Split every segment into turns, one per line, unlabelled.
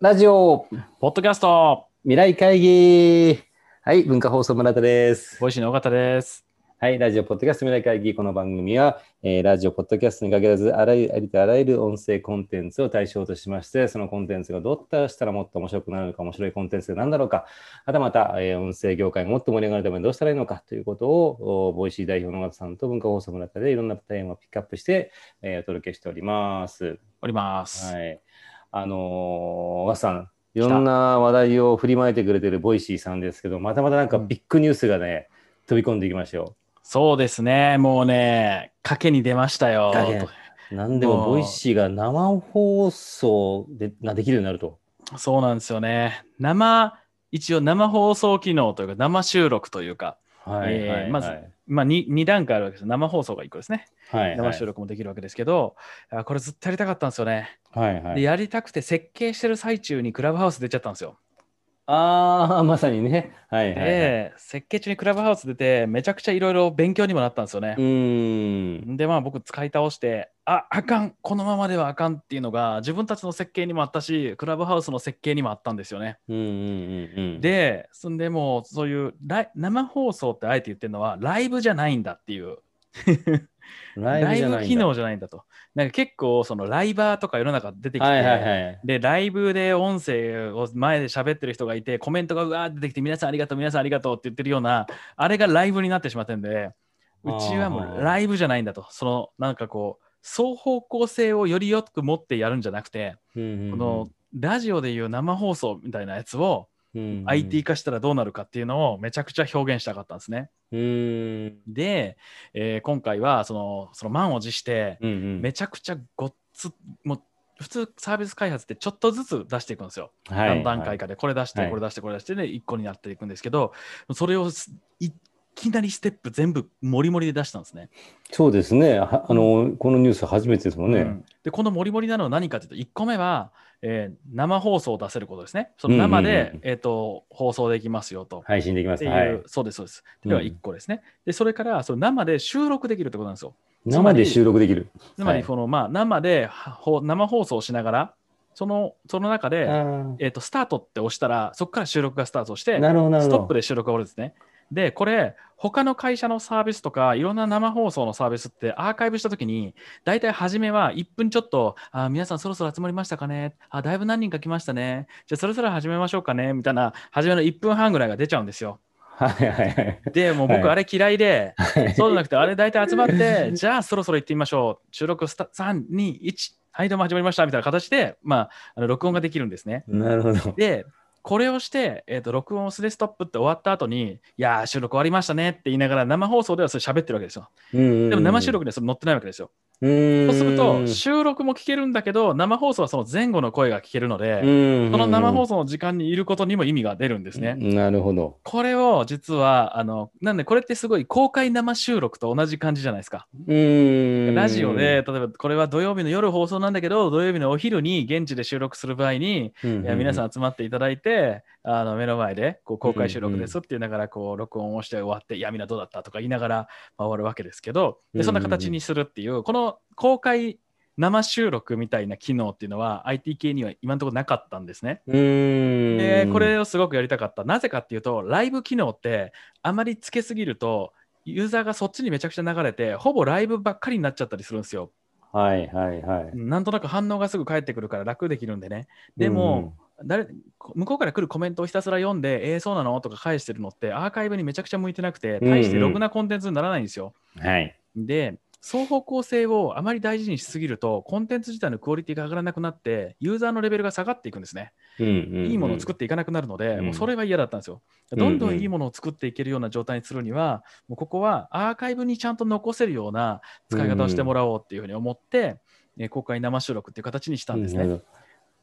ラジオ
ポッドキャスト、
未来会議はい、文化放送村田です。
ボイシーの尾形です。
はい、ラジオポッドキャスト未来会議この番組は、えーラジオポッドキャストに限らずあらゆるありとあらゆる音声コンテンツを対象としまして、そのコンテンツがどうやったらもっと面白くなるのか、面白いコンテンツが何だろうか、はたまた、えー音声業界がもっと盛り上がるためにどうしたらいいのかということを、おボイシー代表の尾形さんと文化放送村田でいろんなテーマをピックアップして、えーお届けしております。
おります。
はい。あのー、和さん、いろんな話題を振りまいてくれてるボイシーさんですけど、またまたなんかビッグニュースがね、飛び込んでいきましたよ。
そうですね、もうね、賭けに出ましたよ。
賭なんでも
もう
ボイシーが生放送でができるようになると。
そうなんですよね。生、一応生放送機能というか、生収録というか、
はい、
えー
はい
まず
はい
まあ 2, 2段階あるわけです。生放送が1個ですね。
はい、
生収録もできるわけですけど、あこれずっとやりたかったんですよね。
はいは
で、
い。
やりたくて設計してる最中にクラブハウス出ちゃったんですよ。
ああ、まさにね。はいはい、はい。
で、設計中にクラブハウス出て、めちゃくちゃいろいろ勉強にもなったんですよね。
うーん。
でまあ僕使い倒してああかんこのままではあかんっていうのが自分たちの設計にもあったしクラブハウスの設計にもあったんですよね。
うんうんうんうん。、
でそんでもうそういうライ生放送ってあえて言ってるのはライブじゃないんだっ ていう
ラ
ライ
イブじ
ブ
ゃないん
機
だ
能じゃないんだとなんか結構そのライバーとか世の中出てきて、
はいはいはい。
でライブで音声を前で喋ってる人がいてコメントがうわーって出てきて皆さんありがとう皆さんありがとうって言ってるようなあれがライブになってしまってるんでうちはも
あー
うライブじゃないんだとそのなんかこう双方向性をよりよく持ってやるんじゃなくて、
うん
このラジオでいう生放送みたいなやつを
うんうん、
IT 化したらどうなるかっていうのをめちゃくちゃ表現したかったんですね。
うーん。
で、えー今回はそのその満を持して
うんうん。
めちゃくちゃごっつもう普通サービス開発ってちょっとずつ出していくんですよ。
はい
何段階かでこれ出して
はい
これ出してこれ出してで1個になっていくんですけどそれをすいきなりステップ全部もりもりで出したんですね。
そうですね。はあの、このニュース初めてですもんね。
うんでこのもりもりなのは何かというと1個目は、えー生放送を出せることですね。その生で、
うんうんうんうん
えー、と放送できますよと。
配信できま
っ
す。
ていう
はい。
そうですそうです。では
うん
1個ですね。でそれからその生で収録できるってことなんですよ。つま
生で
り
収録できる。
つま
は
り
い
この、まあ、生ではほ生放送をしながらそのその中で、
あ
えー、とスタートって押したらそこから収録がスタートして
ーなるほど、なる
ス
ほ
トッ
ど。
プで収録が終わるんですね。で、これ、他の会社のサービスとか、いろんな生放送のサービスって、アーカイブしたときに、大体初めは1分ちょっと、あ皆さんそろそろ集まりましたかねあ、だいぶ何人か来ましたね。じゃあ、そろそろ始めましょうかねみたいな、初めの1分半ぐらいが出ちゃうんですよ。
はいはいはい
で、もう僕、
はい
あれ嫌いで、
はい。
そうじゃなくて、あれ大体集まって、じゃあ、そろそろ行ってみましょう。収録スタ3、2、1、はい、どうも始まりました。みたいな形で、まあ、あの録音ができるんですね。
なるほど。
で、これをして、えー、と録音をすでストップって終わった後に、いやー、収録終わりましたねって言いながら、生放送ではそれ喋ってるわけですよ。
で
でも生収録にはそれ載ってないわけですよ。
そ
そうすると、収録も聞けるんだけど、生放送はその前後の声が聞けるので、
の
その生放送の時間にいることにも意味が出るんですね。
なるほど。
これを実は、あの、なんでこれってすごい公開生収録と同じ感じじゃないですか。ラ
ラ
ジオで、、例えばこれは土曜日の夜放送なんだけど、土曜日のお昼に現地で収録する場合に、
い
いや皆さ
ん。
ん集まっていただいて、あの目の前でこう公開収録ですって言いながらこう録音をして終わって、いやみんなどうだったとか言いながら回るわけですけど
うんうんう
で
ん
そんな形にするっていうこの公開生収録みたいな機能っていうのは IT 系には今のところなかったんですね。
うー
で
ん
これをすごくやりたかったなぜかっていうとライブ機能ってあまりつけすぎるとユーザーがそっちにめちゃくちゃ流れてほぼライブばっかりになっちゃったりするんですよ。
はいはいはい。
なんとなく反応がすぐ返ってくるから楽できるんでね。でも、誰こ向こうから来るコメントをひたすら読んで、えー、そうなのとか返してるのって、アーカイブにめちゃくちゃ向いてなくて、
うんうん
大してろくなコンテンツにならないんですよ。
うんうん、はい。
で、双方向性をあまり大事にしすぎると、コンテンツ自体のクオリティが上がらなくなって、ユーザーのレベルが下がっていくんですね。い
い
いものを作っていかなくなるので、
うん
もうそれは嫌だったんですよ。
うん
どんどんいいものを作っていけるような状態にするには、もうここはアーカイブにちゃんと残せるような使い方をしてもらおうっていうふうに思って、えー公開生収録っていう形にしたんですね。
なるほど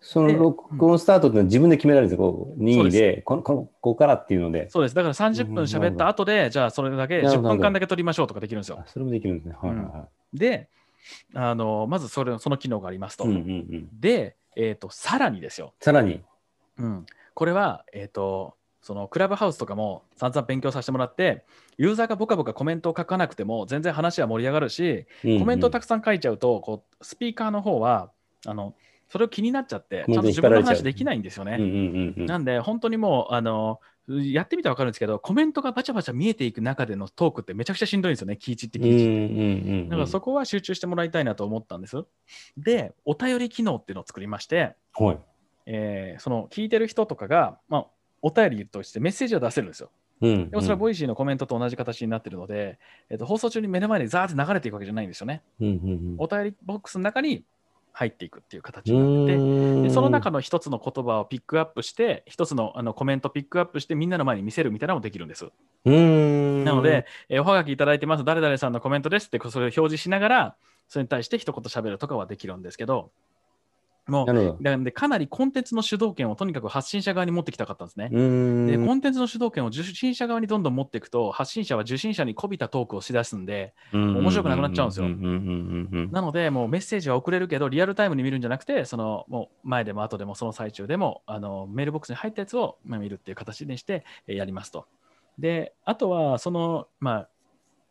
その録音スタートってのは自分で決められるんですよ。こう
そう
任意
で
で、このこのここからっていうので。
そうです。だから30分喋った後で、じゃあそれだけ
なる
10
ほど
分間だけ撮りましょうとかできるんですよ
あ。それもできるんですね。はいはいは
で、あのまずそれその機能がありますと。
い。うんうんうん
で、えーと、さらにですよ。
さらに。
うん、これは、えーと、そのクラブハウスとかも散々勉強させてもらって、ユーザーがボカボカコメントを書かなくても全然話は盛り上がるし、コメントをた
く
くさん書いちゃうと、こうスピーカーの方はあの、それを気になっちゃって、ち
本
ゃん
当
と
に
自分の
引っ張られちゃ
話
う
できないんですよね。
うんうんうんうん。
なんで、本当にもう、あの、やってみたら分かるんですけど、コメントがバチャバチャ見えていく中でのトークってめちゃくちゃしんどいんですよね、聞いちって
うんう
聞いちって。
んうん。
だからそこは集中してもらいたいなと思ったんです。で、お便り機能っていうのを作りまして、
はい。
えーその聞いてる人とかが、まあ、お便りとしてメッセージを出せるんですよ。
うん。
でもそれは
イ
ボイシーのコメントと同じ形になってるので、えっと放送中に目の前にザーって流れていくわけじゃないんですよね。
うんうん
お便りボックスの中に入っていくっていう形
う
に
ん。
なってて、
う
で
ん
その中の一つの言葉をピックアップして、一つのあのコメントピックアップして、みんなの前に見せるみたいなのもできるんです。
うん。
なので、えーおはがきいただいてます、誰々さんのコメントですって、それを表示しながら、それに対して一言喋るとかはできるんですけど、も
なるほど
う、なんでかなりコンテンツの主導権をとにかく発信者側に持ってきたかったんですね。
うん。
でコンテンツの主導権を受信者側にどんどん持っていくと発信者は受信者にこびたトークをしだすんで面白くなくなっちゃうんですよ
うんうんうんうんうん。
なのでもうメッセージは送れるけどリアルタイムに見るんじゃなくてそのもう前でも後でもその最中でもあのメールボックスに入ったやつをまあ見るっていう形にしてえーやりますとであとはそのまあ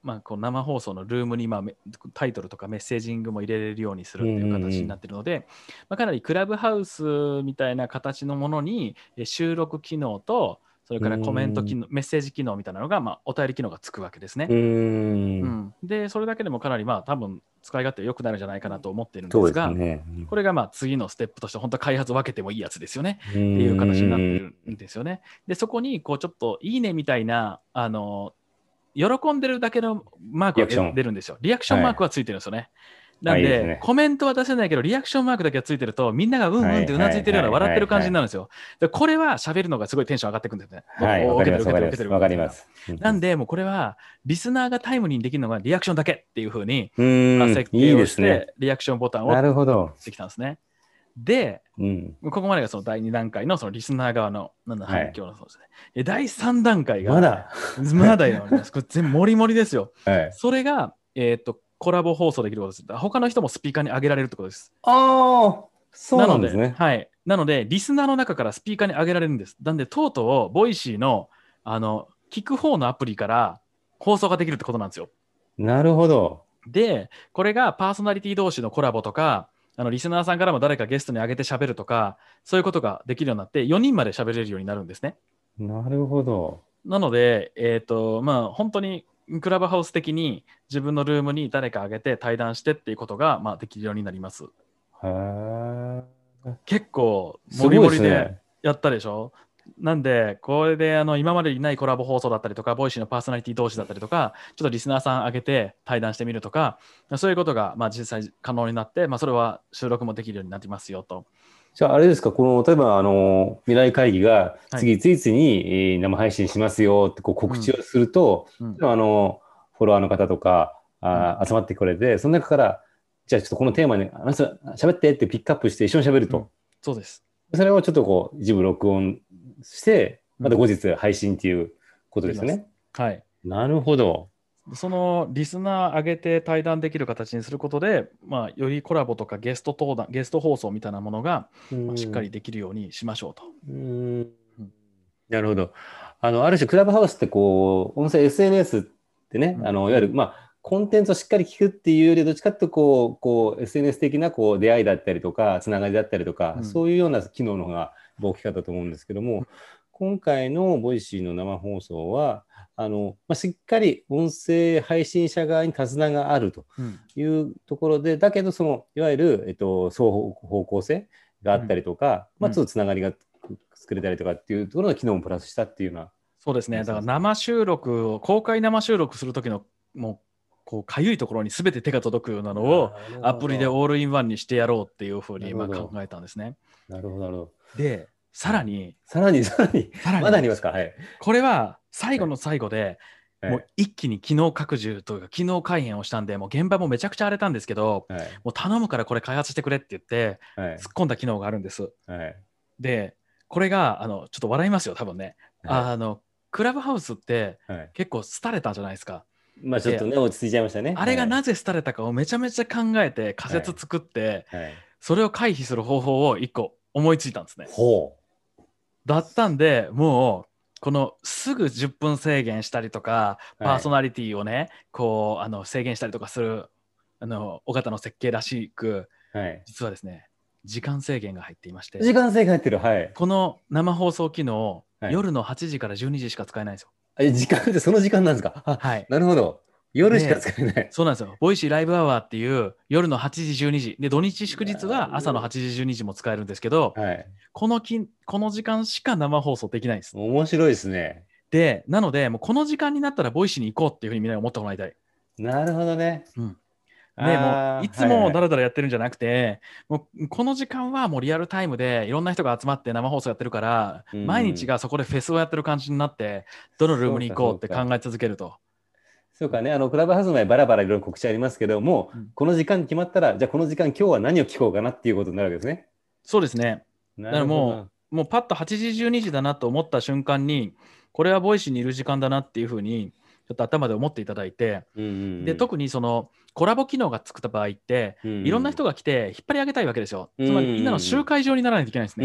まあ、こう生放送のルームにまあめタイトルとかメッセージングも入れれるようにするっていう形になってるので、まあ、かなりクラブハウスみたいな形のものにえー収録機能とそれからコメント機能、メッセージ機能みたいなのが、まあ、お便り機能がつくわけですね。
うん。
うん、でそれだけでもかなりまあ多分使い勝手良くなるんじゃないかなと思っているんで
そうで
す
す
が
ね。
これがまあ次のステップとして本当は開発分けてもいいやつですよね
って
ってい
いう
形になってるんですよね。でそこにこうちょっといいねみたいなあの喜んでるだけのマーク
リアクショ
が
ン
出るんですよ。リアクションマークはついてるんですよね。
はい
なんで
あいいですね
コメントは出せないけどリアクションマークだけがついてるとみんながうんうんってうなずいてる
はいはいはい
ような
はい
笑ってる感じになるんですよ。でこれは喋るのがすごいテンション上がってくんですね。
はい、
お
わ
お
かります。
受けて
わかりま
る受けて
す。
る
わかり
受けてる
ます。
なん
で、
で、もうこれはリスナーがタイムリーにできるのがリアクションだけっていうふうに、
う
まあ
ん、
設
い
計
い
を
で
し
すね。
て、リアクションボタン
な
を
るほど。
してきたんですね。で、
うん。
ここまでがその第2段階のそのリスナー側のなんだ
はい
反響のそうですね。え第3段階が、
まだ。
まだよ。これ全部もりもりですよ。
はい。
それが、えーっと、コラボ放送できることです。他の人もスピーカーに上げられるってことです。
ああ、そうなんです
なの
ね。
はい。なので、リスナーの中からスピーカーに上げられるんです。なんで、とうとう、ボイシーの、あの、聞く方のアプリから放送ができるってことなんですよ。
なるほど。
で、これがパーソナリティ同士のコラボとか、あのリスナーさんからも誰かゲストに上げて喋るとか、そういうことができるようになって、4人まで喋れるようになるんですね。
なるほど。
なので、えっ、と、まあ、本当にクラブハウス的に自分のルームに誰か上げて対談してっていうことが、まあ、できるようになります。
へー
結構、
す
モ
ご
リ
い
モ
で
リ
す
で
ね。
やったでしょなんで、これであの今までにないコラボ放送だったりとか、ボイシーのパーソナリティ同士だったりとか、ちょっとリスナーさん上げて対談してみるとか、そういうことがまあ実際可能になって、まあ、それは収録もできるようになりますよと。
じゃあ、あれですか、この、例えば、あの、未来会議が、
はい
次、ついついにえー生配信しますよってこう告知をすると、
うん
あの、フォロワーの方とか、あー集まってくれて、その中から、じゃあちょっとこのテーマに、あの人喋ってってピックアップして一緒に喋ると。
うんそうです。
それをちょっとこう、一部録音して、
うん
また後日配信っていうことです
で
ね。
はい。
なるほど。
そのリスナー上げて対談できる形にすることで、まあ、よりコラボとかゲスト登壇、ゲスト放送みたいなものが、まあしっかりできるようにしましょうと。
うん
うん。
なるほど。あの、ある種、クラブハウスってこう、音声 SNS ってね、
うん
あの、いわゆる、まあ、コンテンツをしっかり聞くっていうより、どっちかっていうとこう、こう、SNS 的なこう出会いだったりとか、つながりだったりとか、
うん
そういうような機能の方が大きかったと思うんですけども、今回のボイシーの生放送は、あの、まあ、しっかり音声配信者側に手綱があると。
うん
いうところで、だけど、そのいわゆる、えっと、双方向性があったりとか、
うん
まあ、ちょっとつながりが作れたりとかっていうところの機能もプラスしたっていうような。
そうですね、
そう
だ
そう
か
そう
ら生収録を、公開生収録するときの、もう、こう、かゆいところにすべて手が届くようなのを、アプリでオールインワンにしてやろうっていうふうに今
なるほ
考
ど
えたんですね。
なるほど、なるほど。
で、さらに、
さらに、さらに、
さらに
まだありますか、はい。
これは最後の最後で、
はい
もう一気に機能拡充というか、機能改変をしたんで、もう現場もめちゃくちゃ荒れたんですけど、
はい。
もう頼むからこれ開発してくれって言って、
はい。
突っ込んだ機能があるんです。
はい。
で、これが、あの、ちょっと笑いますよ、多分ね。あの、クラブハウスって
はい。
結構廃れたじゃないですか。
まあ、ちょっとね、落ち着いちゃいましたね。
あれが
は
ないぜ廃れたかをめちゃめちゃ考えて仮説作って、
はい。
それを回避する方法を一個思いついたんですね。
ほ
だったんでもうこのすぐ10分制限したりとか、
う。
パーソ
ナ
ナリティをねこうあの制限したりとかするあの尾形の設計らしく
はい。
実はですね時間制限が入っていまして、
時間制限入ってる。はい。
この生放送機能、
はい
夜の8時から12時しか使えないんですよ。
え、時間 ってその時間なんですかあ、
はい。
なるほど。夜しか使えない。
そうなんですよ。ボイシーライブアワーっていう夜の8時、12時。で、土日祝日は朝の8時、12時も使えるんですけど、
はい。
このきこの時間しか生放送できないんです。
面白いですね。
で、なので、もうこの時間になったらボイシーに行こうっていうふうにみんなに思ってもらいたい。
なるほどね。
うんねね、も
あ
う
ー
いつもだらだらやってるんじゃなくて、もうこの時間はもうリアルタイムでいろんな人が集まって生放送やってるから、
うん
毎日がそこでフェスをやってる感じになって、どのルームに行こうって考え続けると。
そうかね、あのクラブハウスの前バラバラいろいろ告知ありますけども、
うん
この時間決まったら、じゃあこの時間今日は何を聞こうかなっていうことになるわけですね。
そうですね。
な
からももうパッと8時、12時だなと思った瞬間に、これはボイシーにいる時間だなっていうふうに、ちょっと頭で思っていただいて、
う、うんうん、
で特にそのコラボ機能がつくった場合って、
に
いろんな人が来て引っ張り上げたいわけですよ。
うん
つまりみんなの集会場にならないといけないんです
うん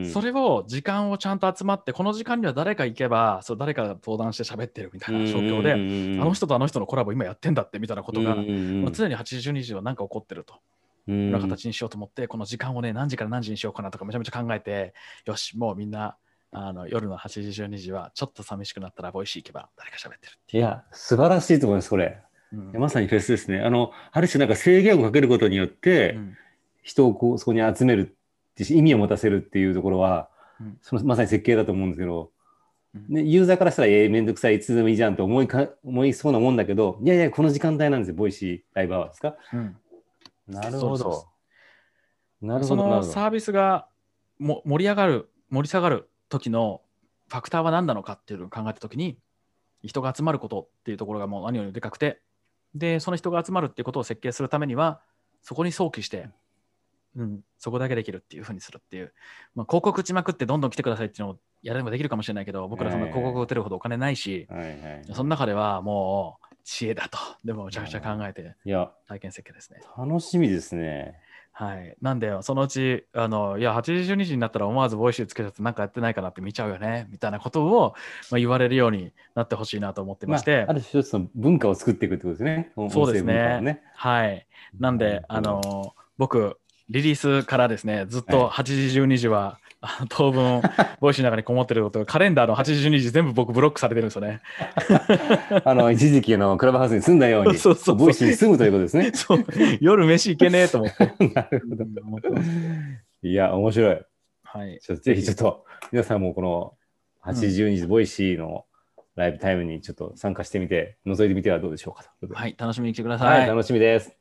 うんうん、
それを時間をちゃんと集まってこの時間には誰か行けばそう誰かが登壇して喋ってるみたいな状況で、あの人とあの人のコラボ今やってんだってみたいなことが、まあ常に82時は何か起こってると、こんな形にしようと思ってこの時間をね何時から何時にしようかなとかめちゃめちゃ考えてよしもうみんなあの夜の8時12時はちょっと寂しくなったらボイシー行けば誰か喋ってるって
いや、素晴らしいと思います、これ。
いう。うん
まさにフェスですね。あの、ある種なんか制限をかけることによって、
うん
人をこうそこに集めるってし意味を持たせるっていうところは、
うん
そのまさに設計だと思うんですけど、
うん
ね、ユーザーからしたら、えー、めんどくさい、いつでもいいじゃんと思いか思いそうなもんだけど、いやいや、この時間帯なんですよ、ボイシーライブアワーですか。
うん
なる
そ
ほ
うそう
ど。なる
そ
ほど、な
の
るほど。
サービスがも盛り上がる盛り下がる時のファクターは何なのかっていうのを考えた時に人が集まることっていうところがもう何よりでかくてでその人が集まるっていうことを設計するためにはそこに想起して、うん、そこだけできるっていうふうにするっていう、まあ、広告打ちまくってどんどん来てくださいっていうのをやればできるかもしれないけど僕らそんな広告打てるほどお金ないし、
はいはい。
その中ではもう知恵だとでもめちゃくちゃ考えて
いや、
体験設計ですね。
楽しみですね。
はい、なんで、そのうち、あのいや、8時、12時になったら思わずボイシーつけちゃって、なんかやってないかなって見ちゃうよね、みたいなことを、まあ、言われるようになってほしいなと思ってまして、
あ、ある種一つの文化を作っていくってことですね。
そうです
音声
ね
文化をね
はい。なんで、あの、僕、リリースからですね、ずっと8時、12時は、あの当分、ボイシーの中にこもってることが、カレンダーの8時、12時、全部僕、ブロックされてるんですよ ね。
あの、一時期のクラブハウスに住んだように、
そうそうそう。
ボイシーに住むということですね
そう夜飯行けねえと思って。
なるほど。
思ってます
いや、面白い。
はい。
ちょっとぜひちょっと皆さんもこの82日ボイシーのライブタイムにちょっと参加してみて、覗いてみてはどうでしょうかということで
はい、楽しみに来てくださ
はい
い
楽しみです。